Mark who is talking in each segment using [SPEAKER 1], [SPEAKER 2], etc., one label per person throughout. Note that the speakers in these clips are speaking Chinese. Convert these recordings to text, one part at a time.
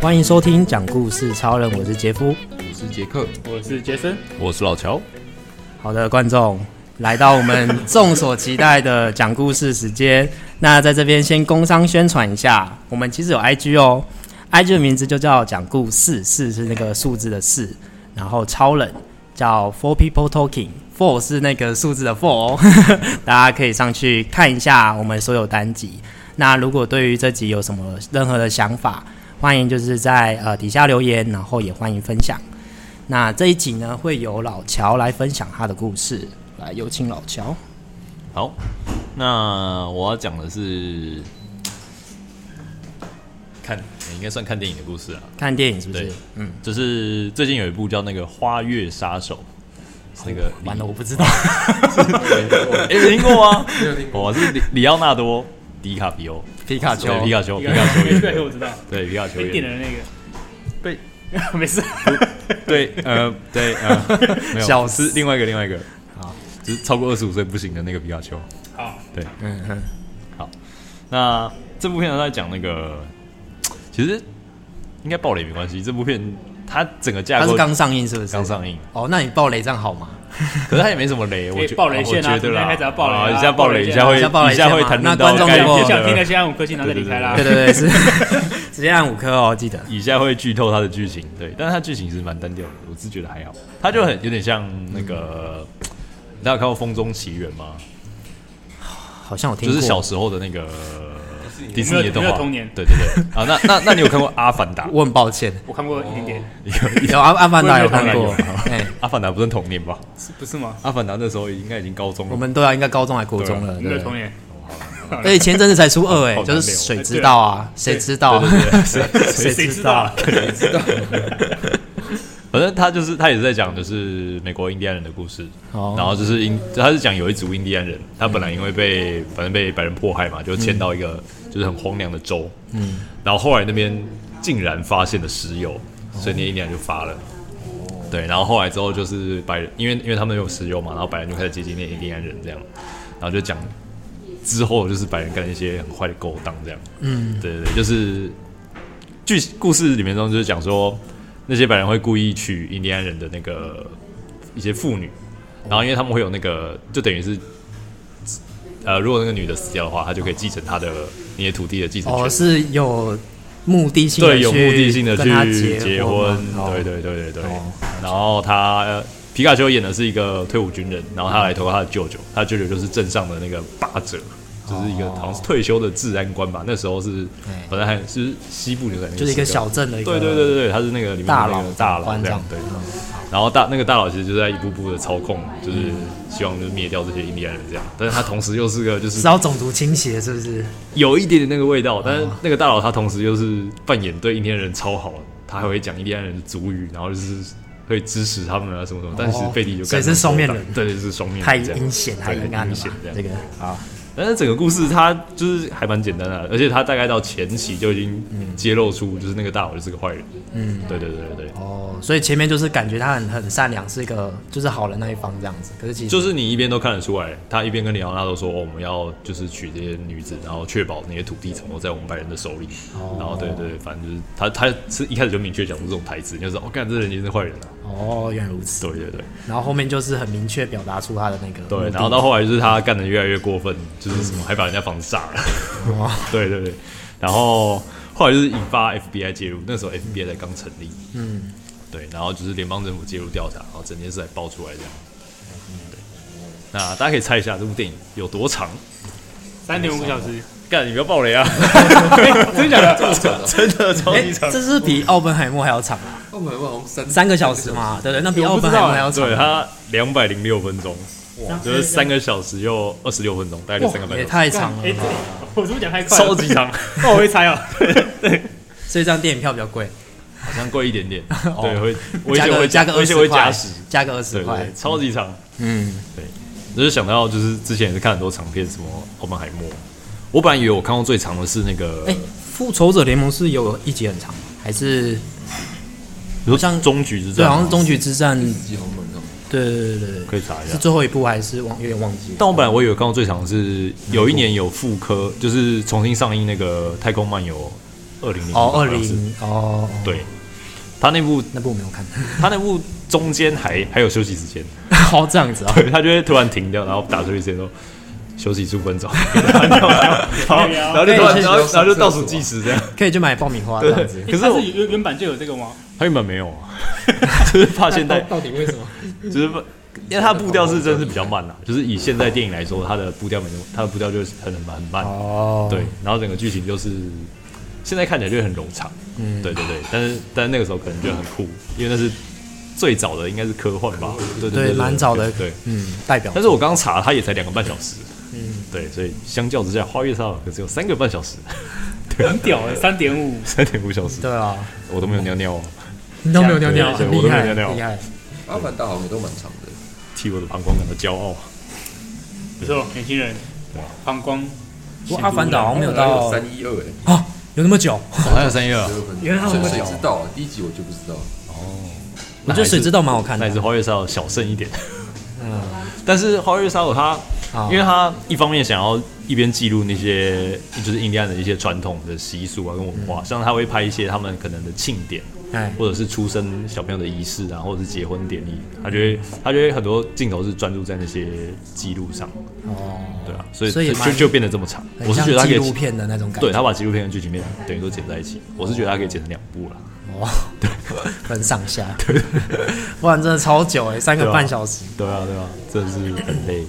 [SPEAKER 1] 欢迎收听讲故事超人，我是杰夫。
[SPEAKER 2] 我是杰克，
[SPEAKER 3] 我是杰森，
[SPEAKER 4] 我是老乔，
[SPEAKER 1] 好的，观众，来到我们众所期待的讲故事时间。那在这边先工商宣传一下，我们其实有 IG 哦，IG 的名字就叫讲故事，四是那个数字的四，然后超人叫 Four People Talking。Four 是那个数字的 Four，、哦、大 家可以上去看一下我们所有单集。那如果对于这集有什么任何的想法，欢迎就是在呃底下留言，然后也欢迎分享。那这一集呢，会由老乔来分享他的故事，来有请老乔。
[SPEAKER 4] 好，那我要讲的是看，应该算看电影的故事啊。
[SPEAKER 1] 看电影是不是
[SPEAKER 4] 对？
[SPEAKER 1] 嗯，
[SPEAKER 4] 就是最近有一部叫那个《花月杀手》，是那个李
[SPEAKER 1] 完了，我不知道。
[SPEAKER 4] 哎、有听过吗？
[SPEAKER 2] 没有听过
[SPEAKER 4] 我是里里奥纳多·迪卡皮欧，
[SPEAKER 1] 皮哦卡
[SPEAKER 4] 对皮卡丘，皮卡 丘演
[SPEAKER 3] 对，我
[SPEAKER 4] 的，
[SPEAKER 3] 知道，
[SPEAKER 4] 对皮卡丘
[SPEAKER 3] 被
[SPEAKER 4] 演
[SPEAKER 3] 电
[SPEAKER 4] 的，
[SPEAKER 3] 的那
[SPEAKER 4] 被
[SPEAKER 3] 个，没事，
[SPEAKER 4] 对呃对呃，没
[SPEAKER 1] 笑
[SPEAKER 4] 有
[SPEAKER 1] 死
[SPEAKER 4] 是另外一个另外一个，
[SPEAKER 1] 好，
[SPEAKER 4] 就是超过二十五岁不行的那个皮卡丘。
[SPEAKER 3] 好，
[SPEAKER 4] 对，
[SPEAKER 1] 嗯哼，
[SPEAKER 4] 那这部片呢，在讲那个，其实应该爆雷没关系。这部片它整个架
[SPEAKER 1] 他
[SPEAKER 4] 构
[SPEAKER 1] 是刚上映是不是？
[SPEAKER 4] 刚上映，
[SPEAKER 1] 哦，那你爆雷这样好吗？
[SPEAKER 4] 可是它也没什么雷，我
[SPEAKER 3] 哎
[SPEAKER 4] 觉
[SPEAKER 3] 爆雷线啊
[SPEAKER 4] 我觉得
[SPEAKER 3] 今天
[SPEAKER 4] 啦，
[SPEAKER 3] 开始要爆雷啊
[SPEAKER 4] 一下爆雷，一下
[SPEAKER 3] 爆
[SPEAKER 4] 会
[SPEAKER 3] 雷
[SPEAKER 1] 线啊
[SPEAKER 4] 一下会谈论到
[SPEAKER 1] 那观众
[SPEAKER 4] 概
[SPEAKER 1] 如果
[SPEAKER 4] 念
[SPEAKER 3] 想听的
[SPEAKER 4] 的，
[SPEAKER 3] 现在五颗星，然后再离开啦
[SPEAKER 4] 啊
[SPEAKER 1] 对。对对，是，直接按五颗哦，记得。
[SPEAKER 4] 以下会剧透它的剧情。对，但是它剧情是蛮单调的，我是觉得还好。它就很有点像那个，大家有看过《风中奇缘》吗？
[SPEAKER 1] 好像我听
[SPEAKER 4] 就
[SPEAKER 1] 过。
[SPEAKER 4] 是小时候的那个迪士尼的动
[SPEAKER 3] 有没有
[SPEAKER 4] 画
[SPEAKER 3] 童年
[SPEAKER 4] 对对对。啊，那那那你有看过《阿凡达》？
[SPEAKER 1] 我很抱歉，
[SPEAKER 3] 我看过一点点，
[SPEAKER 1] 有阿阿凡达有
[SPEAKER 3] 我也
[SPEAKER 1] 看
[SPEAKER 3] 没
[SPEAKER 1] 过
[SPEAKER 3] 有，
[SPEAKER 1] 哎，
[SPEAKER 4] 阿凡达不是童年吧？
[SPEAKER 3] 是不是吗？
[SPEAKER 4] 阿凡达那时候应该已经高中
[SPEAKER 1] 我
[SPEAKER 4] 了，
[SPEAKER 1] 们都要应该高中还国中了，
[SPEAKER 3] 没
[SPEAKER 1] 对
[SPEAKER 3] 有
[SPEAKER 1] 不
[SPEAKER 3] 童
[SPEAKER 1] 对。
[SPEAKER 3] 年，
[SPEAKER 1] 而且前阵子才出二，哎，
[SPEAKER 4] 啊好难
[SPEAKER 1] 就
[SPEAKER 4] 聊
[SPEAKER 1] 是水知道啊，谁知道啊？
[SPEAKER 4] 对对对，是
[SPEAKER 1] 谁
[SPEAKER 3] 谁
[SPEAKER 1] 知
[SPEAKER 3] 知
[SPEAKER 1] 道
[SPEAKER 3] 道
[SPEAKER 1] 啊
[SPEAKER 3] 啊？
[SPEAKER 4] 反正他就是他也是在讲就是美国印第安人的故事，
[SPEAKER 1] 哦
[SPEAKER 4] 然后就是印他是讲有一组印第安人，他本来因为被
[SPEAKER 1] 嗯
[SPEAKER 4] 反正被白人迫害嘛，就迁到一个就是很荒凉的州，嗯，然后后来那边竟然发现了石油，
[SPEAKER 1] 哦
[SPEAKER 4] 所以那印第安人就发了。对，然后后来之后就是白人，因为因为他们有石油嘛，然后白人就开始接近那印第安人这样，然后就讲之后就是白人干了一些很坏的勾当这样，嗯，对对对，就是剧故事里面中就是讲说，那些白人会故意娶印第安人的那个一些妇女，然后因为他们会有那个，就等于是，呃，如果那个女的死掉的话，她就可以继承她的那些土地的继承权。
[SPEAKER 1] 哦，是有目的性的
[SPEAKER 4] 对，有目的性的
[SPEAKER 1] 跟他
[SPEAKER 4] 去
[SPEAKER 1] 结
[SPEAKER 4] 婚
[SPEAKER 1] 婚，，
[SPEAKER 4] 对对对对对
[SPEAKER 1] 哦。
[SPEAKER 4] 然后他呃皮卡丘演的是一个退伍军人，然后他来投靠他的舅舅，他舅舅就是镇上的那个霸者，就是一个好像是退休的治安官吧。那时候是
[SPEAKER 1] 哎
[SPEAKER 4] 本来还是西部牛仔那个
[SPEAKER 1] 就是一个
[SPEAKER 4] 时刻
[SPEAKER 1] 小镇的一个
[SPEAKER 4] 对对对对对，他是那个里面的
[SPEAKER 1] 大
[SPEAKER 4] 那
[SPEAKER 1] 佬
[SPEAKER 4] 个大佬
[SPEAKER 1] 官嗯
[SPEAKER 4] 这
[SPEAKER 1] 长
[SPEAKER 4] 样对。然后大那个大佬其实就在一步步的操控，就是
[SPEAKER 1] 嗯
[SPEAKER 4] 希望就是灭掉这些印第安人这样，但是他同时又是个就是
[SPEAKER 1] 是要种族倾斜是不
[SPEAKER 4] 嗯
[SPEAKER 1] 是？
[SPEAKER 4] 有一点点那个味
[SPEAKER 1] 哦
[SPEAKER 4] 道，但是那个大佬他同时又是扮演对印第安人超好，他还会讲印第安人的族语，然后就是会支持他们啊什么什么，但是背地就
[SPEAKER 1] 哦所以
[SPEAKER 4] 干
[SPEAKER 1] 是双面人
[SPEAKER 4] 对，是双面人
[SPEAKER 1] 太
[SPEAKER 4] 这样
[SPEAKER 1] 阴险，太
[SPEAKER 4] 对
[SPEAKER 1] 阴暗了
[SPEAKER 4] 阴
[SPEAKER 1] 嘛
[SPEAKER 4] 险这样
[SPEAKER 1] 这。个好，
[SPEAKER 4] 但是整个故事它就是还蛮简单的，而且他大概到前期就已经
[SPEAKER 1] 嗯
[SPEAKER 4] 揭露出就是那个大佬就是个坏人，嗯，对对对对对，
[SPEAKER 1] 哦，所以前面就是感觉他很很善良，是一个就是好人那一方这样子。可是其实
[SPEAKER 4] 就是你一边都看得出来，他一边跟里奥纳多说、哦我们要就是娶这些女子，然后确保那些土地掌握在我们白人的手里。然后对对，对反正就是他他是一开始就明确讲出这种台词，就是哦，干这人一定是坏人啊。
[SPEAKER 1] 哦，原来如此。
[SPEAKER 4] 对对对
[SPEAKER 1] 然后后面就是很明确表达出他的那个
[SPEAKER 4] 对，然后到后来就是他干的越来越过分，就是什么还把人家房子炸了。
[SPEAKER 1] 哦
[SPEAKER 4] 对对对，然后后来就是引发 FBI 介入，那时候 FBI 才刚成立。嗯，对，然后就是联邦政府介入调查，然后整件事才爆出来这样。对，那大家可以猜一下这部电影有多长？
[SPEAKER 3] 三点五个小时，
[SPEAKER 4] 干，你不要爆 雷啊！
[SPEAKER 3] 真的假的？
[SPEAKER 4] 真的超
[SPEAKER 1] 哎，这是比奥本海默还要长啊，
[SPEAKER 2] 澳门网红三
[SPEAKER 1] 三个小时嘛，对不对？那比
[SPEAKER 3] 我
[SPEAKER 1] 奥
[SPEAKER 3] 不
[SPEAKER 1] 本
[SPEAKER 3] 知
[SPEAKER 1] 海
[SPEAKER 3] 道
[SPEAKER 1] 默还要长啊
[SPEAKER 4] 对，它两百零六分钟，就是三个小时又二十六分钟，大概就三个
[SPEAKER 1] 哇，
[SPEAKER 4] 半
[SPEAKER 1] 也
[SPEAKER 4] 小时，
[SPEAKER 1] 太长了
[SPEAKER 3] 哎，这
[SPEAKER 1] 吧。
[SPEAKER 3] 我是不是讲太快？
[SPEAKER 4] 超级，长，
[SPEAKER 3] 那我会 猜哦。
[SPEAKER 1] 所以这张电影票比较贵，
[SPEAKER 4] 好像贵一 点点。对，会我以
[SPEAKER 1] 哦加
[SPEAKER 4] 前
[SPEAKER 1] 个
[SPEAKER 4] 会
[SPEAKER 1] 加个
[SPEAKER 4] 我
[SPEAKER 1] 二
[SPEAKER 4] 以前
[SPEAKER 1] 十
[SPEAKER 4] 会加
[SPEAKER 1] 块
[SPEAKER 4] 十，，
[SPEAKER 1] 加个二
[SPEAKER 4] 对
[SPEAKER 1] 十
[SPEAKER 4] 对
[SPEAKER 1] 块
[SPEAKER 4] 对，，超级长。
[SPEAKER 1] 嗯，
[SPEAKER 4] 对，就是想到就是之前也是看很多长片，什么《奥本海默》，我本来以为我看过最长的是那个，
[SPEAKER 1] 哎，复仇者联盟是有一集很长吗，还是
[SPEAKER 4] 比如像终局之
[SPEAKER 1] 对，
[SPEAKER 4] 战
[SPEAKER 1] 好
[SPEAKER 4] 吗，
[SPEAKER 1] 像是终局之战，
[SPEAKER 2] 级红门哦，
[SPEAKER 1] 对对对对对，
[SPEAKER 4] 可以查一
[SPEAKER 1] 是
[SPEAKER 4] 下。
[SPEAKER 1] 最后一部还是忘有点忘记？
[SPEAKER 4] 但我本来我以为刚刚最长是有一年有复刻，就是重新上映那个《太空漫游》二零零
[SPEAKER 1] 哦，二零哦，哦
[SPEAKER 4] 对，他那部
[SPEAKER 1] 那部我没有 看，
[SPEAKER 4] 他那部中间还还有休息时间，
[SPEAKER 1] 哦这样子啊，
[SPEAKER 4] 对他就会突然停掉，然后打出去时间说休息十五 分钟，然后然后就突然然后然后就倒数计时这样。
[SPEAKER 1] 可以去买爆米花这样子。
[SPEAKER 4] 可是
[SPEAKER 3] 它
[SPEAKER 4] 我
[SPEAKER 3] 是原原版就有这个吗？
[SPEAKER 4] 他原本没有啊，就是怕现 在
[SPEAKER 2] 到底为什么？
[SPEAKER 4] 就是怕因为他的步调是真的是比较慢啦、啊就是以现在电影来说，他的步调没那么，他的步调就是很很慢很 慢。
[SPEAKER 1] 哦，
[SPEAKER 4] 对，，然后整个剧情就是现在看起来就很冗长，嗯，对对对，但是但是那个时候可能觉得很酷，因为那是最早的应该是科幻吧，对对
[SPEAKER 1] 对，蛮早的，
[SPEAKER 4] 对。
[SPEAKER 1] 嗯，代表
[SPEAKER 4] 但是我刚查它也才两个半小时，嗯，对，所以相较之下，《花月杀手》可只有三个半小时，
[SPEAKER 3] 很屌哎，三点五，
[SPEAKER 4] 三点五小时，
[SPEAKER 1] 对啊，
[SPEAKER 4] 我都没有尿尿哦，
[SPEAKER 1] 你都
[SPEAKER 3] 没有
[SPEAKER 4] 尿尿对
[SPEAKER 1] 很
[SPEAKER 4] 我都
[SPEAKER 1] 厉
[SPEAKER 4] 没有
[SPEAKER 1] 害，
[SPEAKER 4] 尿尿
[SPEAKER 1] 厉害。
[SPEAKER 2] 阿凡达好像都蛮长的，
[SPEAKER 4] 替我的膀胱感到骄傲。
[SPEAKER 3] 不错，年轻人，膀胱
[SPEAKER 1] 不过阿凡达好像没有到
[SPEAKER 2] 三一二哎，
[SPEAKER 1] 啊，有那么久？
[SPEAKER 4] 还有三月啊，
[SPEAKER 1] 原来他们会
[SPEAKER 2] 谁
[SPEAKER 1] 聊
[SPEAKER 2] 知道啊？第一集我就不知道，
[SPEAKER 1] 我觉得水之道蛮好看
[SPEAKER 4] 那
[SPEAKER 1] 的啊嗯
[SPEAKER 4] 还是《花月杀手》小 胜一点。但是《花月杀手》它
[SPEAKER 1] 啊，
[SPEAKER 4] 因为他一方面想要一边记录那些就是印第安人一些传统的习俗啊跟文
[SPEAKER 1] 嗯
[SPEAKER 4] 化，像他会拍一些他们可能的庆典，
[SPEAKER 1] 哎
[SPEAKER 4] 或者是出生小朋友的仪式啊，或者是结婚典礼，他就会他就会很多镜头是专注在那些记录上，
[SPEAKER 1] 哦，
[SPEAKER 4] 对啊，所以
[SPEAKER 1] 所以
[SPEAKER 4] 就
[SPEAKER 1] 蛮
[SPEAKER 4] 就就变得这么长。
[SPEAKER 1] 很
[SPEAKER 4] 我是
[SPEAKER 1] 像
[SPEAKER 4] 觉得他可
[SPEAKER 1] 纪
[SPEAKER 4] 以
[SPEAKER 1] 录，片的那种感觉，
[SPEAKER 4] 对他把纪录片跟剧情片等于都剪在一起，我是觉得他可以剪成两部啦。
[SPEAKER 1] 哦， 对，分上下， 对，不然真的超久哎，三个
[SPEAKER 4] 对啊
[SPEAKER 1] 半小时，
[SPEAKER 4] 对啊，对啊，真的是很累。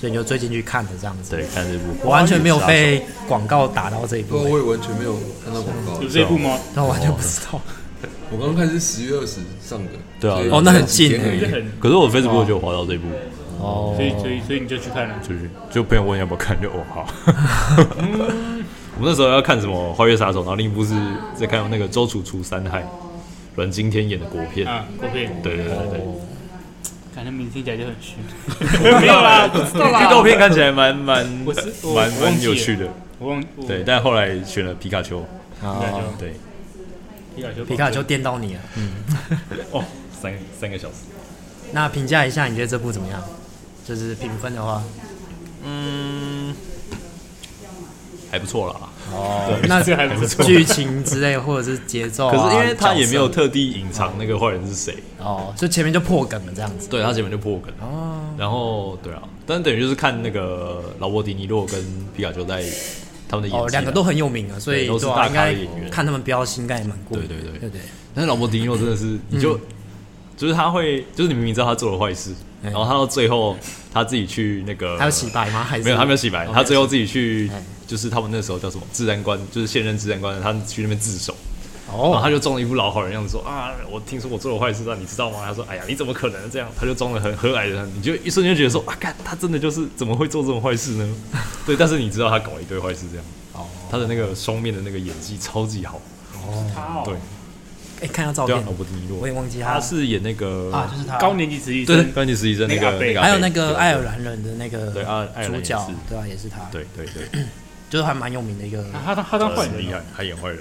[SPEAKER 1] 所以你就追进去看的这样子。
[SPEAKER 4] 对，看这部
[SPEAKER 1] 我完全没有被广告打到这一
[SPEAKER 2] 不过
[SPEAKER 4] 啊
[SPEAKER 1] 步，
[SPEAKER 2] 我也完全没有看到广告
[SPEAKER 3] 有。这一部吗？
[SPEAKER 1] 那我完全不知
[SPEAKER 4] 哦
[SPEAKER 1] 道。
[SPEAKER 2] 我刚看是十月二十上的，
[SPEAKER 4] 对啊
[SPEAKER 2] 所以
[SPEAKER 4] 哦
[SPEAKER 1] 那很近欸
[SPEAKER 2] 几天而已
[SPEAKER 3] 这很，
[SPEAKER 4] 花少，可是我 Facebook 就有滑到这一部，
[SPEAKER 1] 哦
[SPEAKER 3] 所以所以所以你就去看了。
[SPEAKER 4] 就是就朋友问要不要看，就哦好。我们那时候要看什么《花月杀手》，然后另一部是在看那个周楚除三害，阮经天演的国片。
[SPEAKER 3] 啊，国片，
[SPEAKER 4] 对对对对，
[SPEAKER 3] 感觉名听起来就很虚。 没有啦，不啊知道
[SPEAKER 4] 预
[SPEAKER 3] 啦。
[SPEAKER 4] 告哎片看起来蛮蛮
[SPEAKER 3] 我是
[SPEAKER 4] 蛮
[SPEAKER 3] 我我忘
[SPEAKER 4] 蛮
[SPEAKER 3] 记
[SPEAKER 4] 有
[SPEAKER 3] 了嗯
[SPEAKER 4] 趣的，
[SPEAKER 3] 我忘我
[SPEAKER 4] 对。但后来选了皮卡丘，
[SPEAKER 1] 哦，
[SPEAKER 4] 对，
[SPEAKER 3] 皮卡丘，
[SPEAKER 1] 皮卡丘电到你了。
[SPEAKER 4] 哦，三三个小时。
[SPEAKER 1] 那评价一下，你觉得这部怎么样？就是评分的话，
[SPEAKER 4] 还不错啦，
[SPEAKER 1] 哦，那
[SPEAKER 3] 这个还不错
[SPEAKER 1] 剧情之类或者是节奏啊，
[SPEAKER 3] 哦
[SPEAKER 4] 可是因为他也没有
[SPEAKER 1] 角
[SPEAKER 4] 特地隐藏那个坏人是谁，
[SPEAKER 1] 色哦，就前面就破梗了这样子。
[SPEAKER 4] 对他基本就破梗哦。然后对啊，但等于就是看那个劳勃迪尼洛跟皮卡丘在他们的演技啊
[SPEAKER 1] 哦，两个都很有名啊，所以
[SPEAKER 4] 对都是
[SPEAKER 1] 对啊
[SPEAKER 4] 大
[SPEAKER 1] 应
[SPEAKER 4] 咖的
[SPEAKER 1] 该
[SPEAKER 4] 演员
[SPEAKER 1] 看他们标新，应该也蛮过瘾的。
[SPEAKER 4] 对对对
[SPEAKER 1] 对对，
[SPEAKER 4] 但是劳勃迪尼洛真的是，你就、就是他会，就是你明明知道他做了坏事，
[SPEAKER 1] 嗯
[SPEAKER 4] 然后他到最后他自己去那个，
[SPEAKER 1] 还有洗白吗？还是
[SPEAKER 4] 没有，他没有洗白，
[SPEAKER 1] 哦
[SPEAKER 4] 他最后自己去
[SPEAKER 1] 嗯，
[SPEAKER 4] 就是他们那时候叫什么治安官，就是现任治安官，他去那边自首，然后
[SPEAKER 1] 哦，
[SPEAKER 4] 他就装了一副老好人样子说啊，我听说我做了坏事，那你知道吗？他说哎呀，你怎么可能这样？他就装的很和蔼的，你就一瞬间觉得说啊，干他真的就是怎么会做这种坏事 呢？对，但是你知道他搞了一堆坏事这样，
[SPEAKER 1] 哦，
[SPEAKER 4] 他的那个双面的那个演技超级好，
[SPEAKER 3] 他哦
[SPEAKER 4] 对，
[SPEAKER 1] 哎，看到照
[SPEAKER 4] 对啊
[SPEAKER 1] 片，，
[SPEAKER 4] 劳勃迪尼洛
[SPEAKER 1] 我也，忘记他
[SPEAKER 4] 他是演那个
[SPEAKER 1] 啊，就是他
[SPEAKER 3] 高年级实习
[SPEAKER 4] 对，
[SPEAKER 3] 生，
[SPEAKER 4] 关键实习生那
[SPEAKER 3] 那个
[SPEAKER 4] 个
[SPEAKER 3] 阿贝
[SPEAKER 4] 那个
[SPEAKER 1] 还
[SPEAKER 4] 阿贝，
[SPEAKER 1] 有那个爱尔兰人的那个
[SPEAKER 4] 对爱爱尔兰
[SPEAKER 1] 主
[SPEAKER 4] 也
[SPEAKER 1] 角
[SPEAKER 4] 是，
[SPEAKER 1] 对啊，也是他，
[SPEAKER 4] 对对对，
[SPEAKER 1] 就是还蛮有名的一个。
[SPEAKER 3] 他他他当坏
[SPEAKER 4] 很厉
[SPEAKER 3] 人哦，
[SPEAKER 4] 害，他演坏人，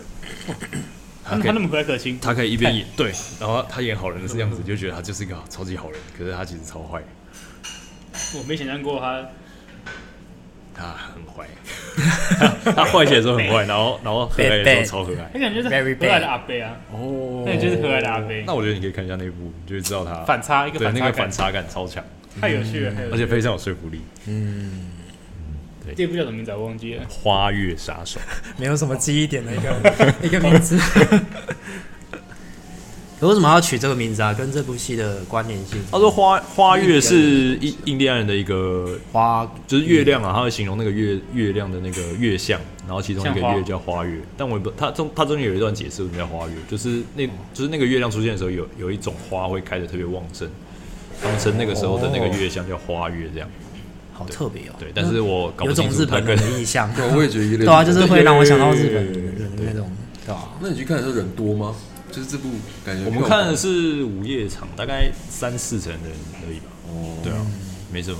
[SPEAKER 3] 他
[SPEAKER 4] 他可以
[SPEAKER 3] 他那么和蔼可亲，
[SPEAKER 4] 他可以一边演对，然后他演好人的样子，就觉得他就是一个超级好人，可是他其实超坏，
[SPEAKER 3] 我没想象过他
[SPEAKER 4] 他很 坏，他坏起来的时候很坏，然后然后和蔼的时候超和蔼
[SPEAKER 3] 他。感觉就是
[SPEAKER 1] Very
[SPEAKER 3] 很和
[SPEAKER 1] bad
[SPEAKER 3] 蔼的阿贝啊，
[SPEAKER 4] 哦
[SPEAKER 3] 那你就是和蔼的阿贝
[SPEAKER 4] 那我觉得你可以看一下那一部，你就会知道他
[SPEAKER 3] 反差一个
[SPEAKER 4] 对
[SPEAKER 3] 反
[SPEAKER 4] 那
[SPEAKER 3] 差
[SPEAKER 4] 个
[SPEAKER 3] 感
[SPEAKER 4] 反，差感超强，
[SPEAKER 3] 太有趣了，太有趣了
[SPEAKER 4] 而且非常有说服力。
[SPEAKER 3] 这部叫什么名字啊我忘记了。
[SPEAKER 4] 花月杀手，
[SPEAKER 1] 没有什么记忆点的一 个一个名字。可为什么要取这个名字啊？跟这部戏的关联性？
[SPEAKER 4] 他说花花月是印 印第安人的一个
[SPEAKER 1] 花
[SPEAKER 4] 就是月亮啊，它会形容那个月月亮的那个月相，然后其中一个
[SPEAKER 3] 像花
[SPEAKER 4] 月叫花月，但我也不，它中它中间有一段解释为什么叫花月，就是那就是那个月亮出现的时候有，有一种花会开的特别旺盛，他们称那个时候的那个月相叫花月，这样
[SPEAKER 1] 好特别哦，
[SPEAKER 4] 对，但是我搞
[SPEAKER 1] 有
[SPEAKER 4] 不
[SPEAKER 1] 种
[SPEAKER 4] 清
[SPEAKER 1] 日
[SPEAKER 4] 楚它
[SPEAKER 1] 本
[SPEAKER 4] 跟
[SPEAKER 1] 人的 意象，
[SPEAKER 2] 对啊我也觉得有 点
[SPEAKER 1] 对啊，就是会让我想到日
[SPEAKER 4] 对
[SPEAKER 1] 本
[SPEAKER 4] 对对对
[SPEAKER 1] 人的那种，对啊吧？
[SPEAKER 2] 那你去看的时候人多吗？就是这部感觉
[SPEAKER 4] 我们看的是午夜场，大概
[SPEAKER 1] 嗯
[SPEAKER 4] 三四成的人而已吧，
[SPEAKER 2] 哦，
[SPEAKER 4] 对啊，没什么。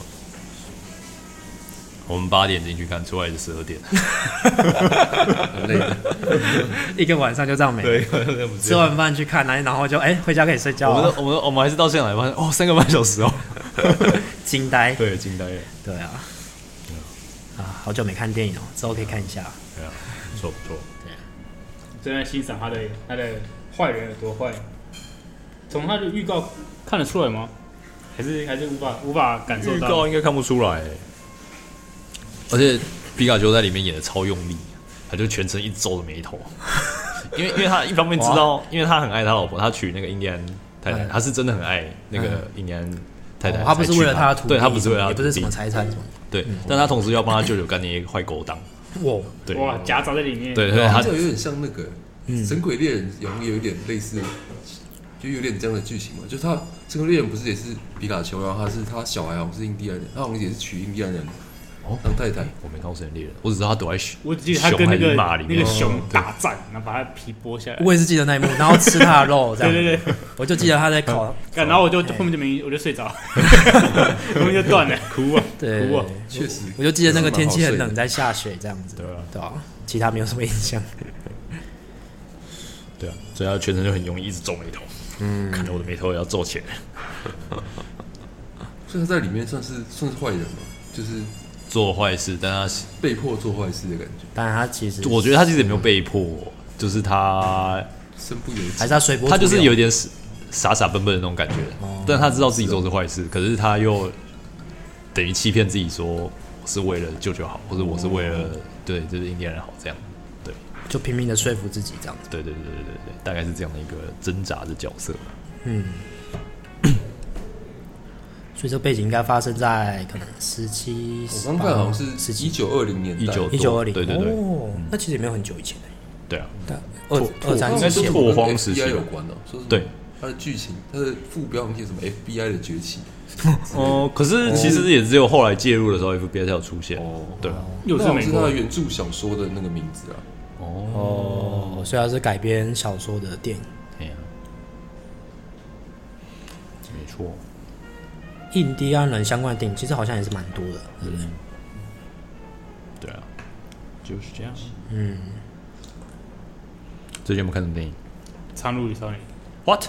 [SPEAKER 4] 我们八点进去看，出来就十二点。啊
[SPEAKER 2] 很累的。
[SPEAKER 1] 一个晚上就这样没了。
[SPEAKER 4] 对，那不是
[SPEAKER 1] 吃完饭去看，然后就哎、回家可以睡觉
[SPEAKER 4] 我们
[SPEAKER 1] 了，
[SPEAKER 4] 都我们都我们还是到现场才发现，哦，三个半小时哦。
[SPEAKER 1] 惊呆。
[SPEAKER 4] 对，惊呆了。
[SPEAKER 1] 对啊，啊，好久没看电影哦，之后可以看一下。
[SPEAKER 4] 对啊，不错不错。
[SPEAKER 3] 正在欣赏他的他的坏人有多坏。从他的预告看得出来吗？还是还是无法无法感受
[SPEAKER 4] 预
[SPEAKER 3] 到
[SPEAKER 4] 告？应该看不出来，而且皮卡丘在里面演的超用力，他就全程一皱的眉头， 因为因为他一方面知道，因为他很爱他老婆，他娶那个印第安太太，
[SPEAKER 1] 嗯
[SPEAKER 4] 他是真的很爱那个印第安太太，
[SPEAKER 1] 哦他不是
[SPEAKER 4] 才娶
[SPEAKER 1] 为了他的土地，
[SPEAKER 4] 对他不是为了他
[SPEAKER 1] 也
[SPEAKER 4] 的
[SPEAKER 1] 不是
[SPEAKER 4] 土
[SPEAKER 1] 什么
[SPEAKER 4] 地，
[SPEAKER 1] 财产什么
[SPEAKER 4] 对，但他同时要帮他舅舅干那些坏勾当，
[SPEAKER 1] 的。哇，
[SPEAKER 4] 对
[SPEAKER 3] 哇，夹杂在里面。
[SPEAKER 4] 对啊嗯对，他
[SPEAKER 2] 他这有点像那个《神鬼猎人》，好像有点类似，就有点这样的剧情嘛。就他《神鬼猎人》不是也是皮卡丘，然后他是他小孩好像是印第安人，他好像也是娶印第安人
[SPEAKER 4] 哦
[SPEAKER 2] 当太太。
[SPEAKER 4] 我没看过《神猎人》，我只知道他躲在熊嗯
[SPEAKER 3] 我只记得他跟那
[SPEAKER 4] 还是
[SPEAKER 3] 个
[SPEAKER 4] 马里
[SPEAKER 3] 那
[SPEAKER 4] 面哦
[SPEAKER 3] 个，熊大战，然后把他皮剥下来。
[SPEAKER 1] 我也是记得那一幕，然后吃他的肉，这
[SPEAKER 3] 对
[SPEAKER 1] 样。
[SPEAKER 3] 对对，
[SPEAKER 1] 我就记得他在烤，
[SPEAKER 3] 干然后我就后面就没，我就睡着，后面就断了，哭啊，
[SPEAKER 1] 对
[SPEAKER 3] 哭啊。
[SPEAKER 2] 确实，
[SPEAKER 1] 我就记得那个天气很冷，
[SPEAKER 2] 蛮好睡的。
[SPEAKER 1] 在下雪这样子。
[SPEAKER 4] 对啊
[SPEAKER 1] 对啊，其他没有什么印象。
[SPEAKER 4] 对啊，所以他全程就很容易一直皱眉头，嗯，看着我的眉头也要皱起来，
[SPEAKER 2] 所以他在里面算是算是坏人嘛，就是
[SPEAKER 4] 做坏事，但他
[SPEAKER 2] 被迫做坏事的感觉，
[SPEAKER 1] 但他其实
[SPEAKER 4] 我觉得他其实也没有被迫，就是他
[SPEAKER 2] 身不由己。
[SPEAKER 1] 还是他随波逐流，
[SPEAKER 4] 他就是有一点傻傻傻笨笨的那种感觉，但他知道自己做的是坏事，可是他又等于欺骗自己说我是为了舅舅好，或者我是为了对就是印第安人好这样，对
[SPEAKER 1] 就拼命的说服自己这样子。
[SPEAKER 4] 对对对对对对，大概是这样的一个挣扎的角色。
[SPEAKER 1] 所以这背景应该发生在可能十七，
[SPEAKER 2] 我刚看好像
[SPEAKER 1] 十
[SPEAKER 2] 是一
[SPEAKER 1] 七
[SPEAKER 2] 九二零年代，
[SPEAKER 4] 19
[SPEAKER 1] 一九二零，
[SPEAKER 4] 对对对
[SPEAKER 1] 哦，那其实也没有很久以前欸
[SPEAKER 4] 对啊，
[SPEAKER 1] 但二
[SPEAKER 4] 拓
[SPEAKER 1] 二三
[SPEAKER 2] 应
[SPEAKER 1] 年
[SPEAKER 2] 该
[SPEAKER 4] 是
[SPEAKER 2] 是
[SPEAKER 1] 前
[SPEAKER 4] 拓荒时期
[SPEAKER 2] 有关哦，说什么
[SPEAKER 4] 对
[SPEAKER 2] 它的剧情，它的副标题什么 FBI 的崛起，
[SPEAKER 4] 哦，可是其实也只有后来介入的时候，FBI 才有出现。对啊，
[SPEAKER 3] 又
[SPEAKER 2] 那
[SPEAKER 3] 是
[SPEAKER 2] 好像
[SPEAKER 3] 美
[SPEAKER 2] 是它
[SPEAKER 3] 国
[SPEAKER 2] 的，原著小说的那个名字啊，
[SPEAKER 1] 哦，虽然是改编小说的电影。
[SPEAKER 4] 哎呀，没错，
[SPEAKER 1] 印第安人相关的电影其实好像也是蛮多的，对不对？
[SPEAKER 4] 对啊，就是这样。嗯，最近有没有看什么电影
[SPEAKER 3] 《苍鹭与少年》。
[SPEAKER 4] ？What？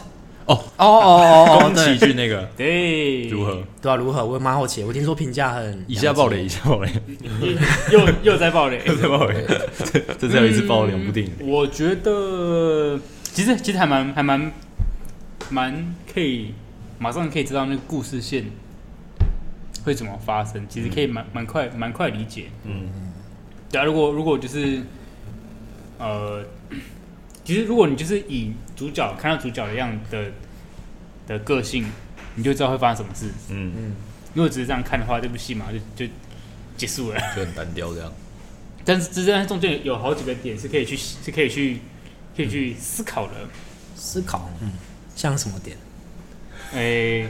[SPEAKER 4] 哦，
[SPEAKER 1] 哦哦
[SPEAKER 4] 宫崎骏那个
[SPEAKER 3] 对，
[SPEAKER 4] 如何？？
[SPEAKER 1] 对啊，如何？我也蛮好奇，我听说评价很
[SPEAKER 4] 以下爆雷，以下爆雷，
[SPEAKER 3] 又 又在爆雷，
[SPEAKER 4] 又在爆 雷，这这只要一次爆两部电影。
[SPEAKER 3] 我觉得其实其实还蛮还蛮蛮可以马上可以知道那个故事线会怎么发生，其实可以蛮蛮快蛮快理解。
[SPEAKER 4] 嗯，
[SPEAKER 3] 对啊，如果如果就是呃，其实如果你就是以主角看到主角的样的的个性，你就知道会发生什么事。
[SPEAKER 4] 嗯，
[SPEAKER 3] 如果只是这样看的话，这部戏嘛就就结束了。
[SPEAKER 4] 就很单调这样。
[SPEAKER 3] 但是这中间有好几个点是可以去是可以去可以去思考的。
[SPEAKER 1] 思考，嗯，像什么点？
[SPEAKER 3] 哎、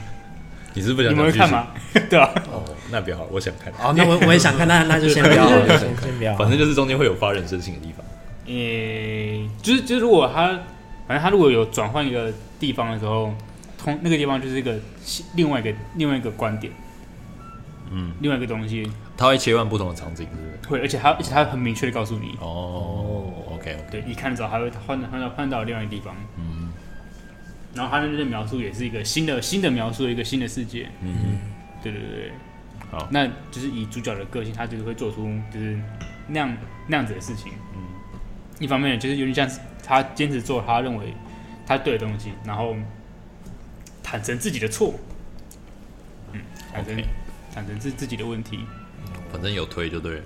[SPEAKER 4] 你嗯是不想
[SPEAKER 3] 你们
[SPEAKER 4] 讲
[SPEAKER 3] 会
[SPEAKER 4] 剧
[SPEAKER 3] 看
[SPEAKER 4] 情？
[SPEAKER 3] 吗？ 对啊，
[SPEAKER 4] 哦，那比较好，我想看。
[SPEAKER 1] 哦，那我我也想看，那那就先不要 了，先先不要了。
[SPEAKER 4] 反正就是中间会有发人深省的地方。
[SPEAKER 3] 哎、就是就是如果他反正他如果有转换一个地方的时候，通那个地方就是一个新另外一个另外一个观点，
[SPEAKER 4] 嗯，
[SPEAKER 3] 另外一个东西
[SPEAKER 4] 他会切换不同的场景，是不是？
[SPEAKER 3] 会，而且他而且他很明确的告诉你，
[SPEAKER 4] 哦，OK，
[SPEAKER 3] 对，一看得到，还会换换到换到另外一个地方，
[SPEAKER 4] 嗯
[SPEAKER 3] 然后他那边的描述也是一个新的新的描述，一个新的世界，
[SPEAKER 4] 嗯，
[SPEAKER 3] 对对对对，
[SPEAKER 4] 好
[SPEAKER 3] 那就是以主角的个性，他就是会做出就是那样那样子的事情。嗯，一方面就是有点像是他坚持做他认为他对的东西，然后坦诚自己的错，嗯，坦诚
[SPEAKER 4] OK
[SPEAKER 3] 坦诚自自己的问题，
[SPEAKER 4] 反正有推就对了，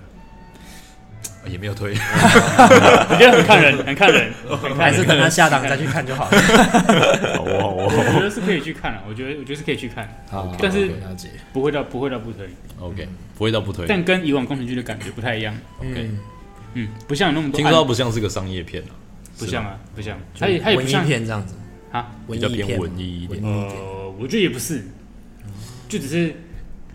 [SPEAKER 4] 哦也没有推。
[SPEAKER 3] 我觉得很看人，很看 人，
[SPEAKER 4] 哦
[SPEAKER 3] 很看人
[SPEAKER 1] 还是等他下档再去看就好了。
[SPEAKER 4] 好哦，好
[SPEAKER 3] 我
[SPEAKER 4] 哦
[SPEAKER 3] 觉得是可以去看了，我觉得我觉得是可以去看，
[SPEAKER 1] 好
[SPEAKER 3] 但是
[SPEAKER 1] 了解，
[SPEAKER 3] 不会到不会到不推，
[SPEAKER 4] ，OK，不会到不推。
[SPEAKER 3] 但跟以往宫崎骏的感觉不太一样，
[SPEAKER 4] OK，
[SPEAKER 1] 嗯，
[SPEAKER 3] 嗯，不像有那么多
[SPEAKER 4] 听
[SPEAKER 3] 暗
[SPEAKER 4] 说它不像是个商业片啊，
[SPEAKER 3] 不像啊，不像，
[SPEAKER 1] 就
[SPEAKER 3] 他也他也不
[SPEAKER 1] 文艺
[SPEAKER 3] 像
[SPEAKER 1] 片这嗯样子
[SPEAKER 3] 啊，
[SPEAKER 1] 文
[SPEAKER 4] 比
[SPEAKER 1] 艺
[SPEAKER 4] 较
[SPEAKER 1] 片
[SPEAKER 4] 偏
[SPEAKER 1] 嘛
[SPEAKER 4] 文艺一点。嗯
[SPEAKER 1] 文艺片，
[SPEAKER 3] 呃，我觉得也不是，就只是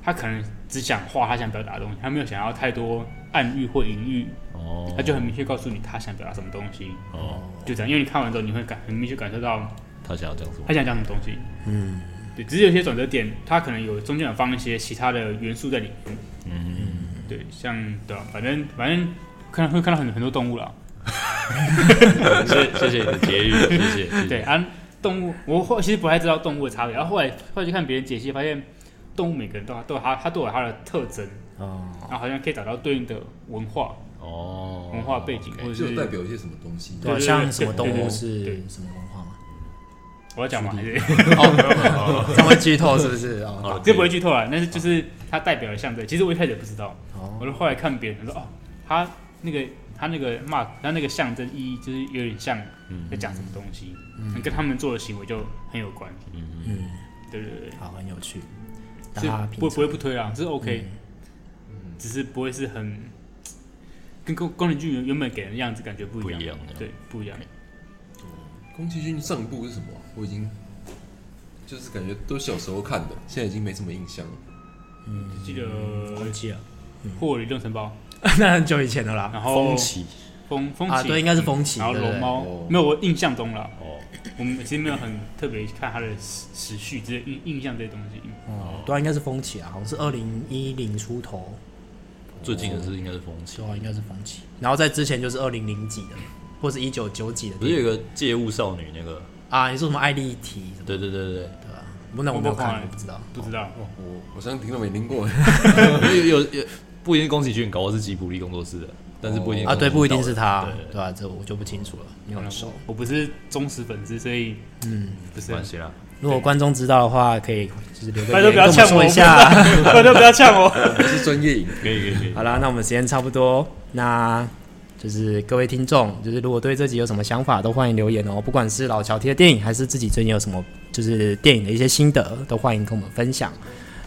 [SPEAKER 3] 他可能只想画他想表达的东西，他没有想要太多暗喻或隐喻，
[SPEAKER 4] 哦，
[SPEAKER 3] 他就很明确告诉你他想表达什么东西，
[SPEAKER 4] 哦，
[SPEAKER 3] 就这样。因为你看完之后，你会感很明确感受到
[SPEAKER 4] 他想要讲什么
[SPEAKER 3] 他？想讲什么东西。嗯，对，只是有些转折点，他可能有中间有放一些其他的元素在里面。嗯，对，像对啊，反正反正看会看到很很多动物啦。
[SPEAKER 4] 谢谢谢你的 结语，谢谢。谢谢
[SPEAKER 3] 对，啊，动物我后其实不太知道动物的差别，然后后来后来去看别人解析，发现动物每个人都有都有它它都有它的特征，
[SPEAKER 1] 哦，
[SPEAKER 3] 然后好像可以找到对应的文化
[SPEAKER 4] 哦，
[SPEAKER 3] 文化背景，或者
[SPEAKER 2] 就是有代表一些什么东西。
[SPEAKER 3] 对
[SPEAKER 1] 对，啊像什么动物是
[SPEAKER 3] 对对
[SPEAKER 1] 什么文化吗？
[SPEAKER 3] 我要讲嘛，还是
[SPEAKER 1] 哦，这样会剧透是不 是？
[SPEAKER 4] 好
[SPEAKER 1] 哦，
[SPEAKER 4] 了，
[SPEAKER 3] 这不会剧透了，但是就是它代表的象征。其实我一开始也不知道，
[SPEAKER 1] 哦
[SPEAKER 3] 我就后来看别人说哦，它那个它那个 mark，它那个象征意义就是有点像在讲什么东西，跟他们做的行为就很有关。
[SPEAKER 1] 嗯，
[SPEAKER 3] 对对对，
[SPEAKER 1] 好，很有趣。大
[SPEAKER 3] 是
[SPEAKER 1] 家平
[SPEAKER 3] 不会不
[SPEAKER 1] 常
[SPEAKER 3] 会不推啊，这是 OK，、只
[SPEAKER 1] 嗯
[SPEAKER 3] 是不会是很跟宫宫崎骏原原本给人的样子感觉不一样，
[SPEAKER 4] 不一样
[SPEAKER 3] 对，不一样。
[SPEAKER 2] 宫崎骏上一部是什么啊？我已经就是感觉都小时候看的，现在已经没什么印象了。
[SPEAKER 3] 记得
[SPEAKER 1] 忘记了，
[SPEAKER 3] 霍尔移动城堡，
[SPEAKER 1] 那很久以前的啦。
[SPEAKER 3] 然后
[SPEAKER 4] 风起
[SPEAKER 3] 风风
[SPEAKER 1] 啊，
[SPEAKER 3] 起
[SPEAKER 1] 对，应该是风起，
[SPEAKER 3] 然后
[SPEAKER 1] 对不
[SPEAKER 3] 龙
[SPEAKER 1] 对？
[SPEAKER 3] 猫
[SPEAKER 2] 哦，
[SPEAKER 3] 没有我印象中了。
[SPEAKER 4] 哦，
[SPEAKER 3] 我们其实没有很特别看他的时时序，只是印印象这些东西。嗯
[SPEAKER 1] 哦，对啊，应该是风起啊，好像是二零一零出头，
[SPEAKER 4] 最近的是应该是风起
[SPEAKER 1] 对，啊，应该是风起。然后在之前就是二零零几的，或是一九九几的
[SPEAKER 4] 不
[SPEAKER 1] 电
[SPEAKER 4] 是有
[SPEAKER 1] 影
[SPEAKER 4] 一个借物少女那个？
[SPEAKER 1] 啊？你说什么艾丽缇什么？
[SPEAKER 4] 对对对对
[SPEAKER 1] 对吧？不那我没有看，我不知道。
[SPEAKER 3] 不知道，
[SPEAKER 2] 我好像听都没听 过。
[SPEAKER 4] 对，有有有不一定是宫崎骏搞，我是吉卜力工作室的，但是不一定
[SPEAKER 1] 啊，对，不一定是他
[SPEAKER 4] 对对，对
[SPEAKER 1] 对啊吧？这我就不清楚了，没有很熟。
[SPEAKER 3] 我不是忠实粉丝，所 以
[SPEAKER 1] 嗯，
[SPEAKER 3] 不是
[SPEAKER 4] 关。系啦。
[SPEAKER 1] 如果观众知道的话，可以就是留
[SPEAKER 3] 拜
[SPEAKER 1] 个
[SPEAKER 3] 托
[SPEAKER 1] 言
[SPEAKER 3] 不
[SPEAKER 1] 跟
[SPEAKER 3] 要
[SPEAKER 1] 我
[SPEAKER 3] 呛
[SPEAKER 1] 们
[SPEAKER 3] 我，
[SPEAKER 1] 说一下。
[SPEAKER 3] 拜托不要呛我。
[SPEAKER 2] 我是专业影评，
[SPEAKER 4] 可以可以可 以。
[SPEAKER 1] 好啦，那我们时间差不多，那就是各位听众，就是如果对这集有什么想法，都欢迎留言哦。不管是老乔贴的电影，还是自己最近有什么就是电影的一些心得，都欢迎跟我们分享。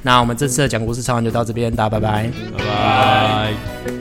[SPEAKER 1] 那我们这次的讲故事超人就到这边，大家拜拜。
[SPEAKER 4] 拜拜。